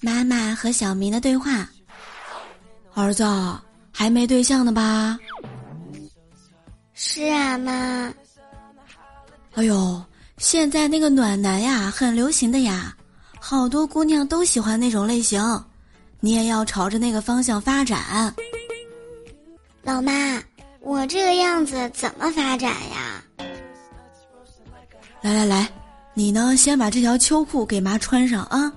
妈妈和小明的对话：“儿子，还没对象呢吧？”“是啊，妈。”“哎呦，现在那个暖男呀，很流行的呀，好多姑娘都喜欢那种类型，你也要朝着那个方向发展。”“老妈，我这个样子怎么发展呀？”“来来来，你呢，先把这条秋裤给妈穿上啊。”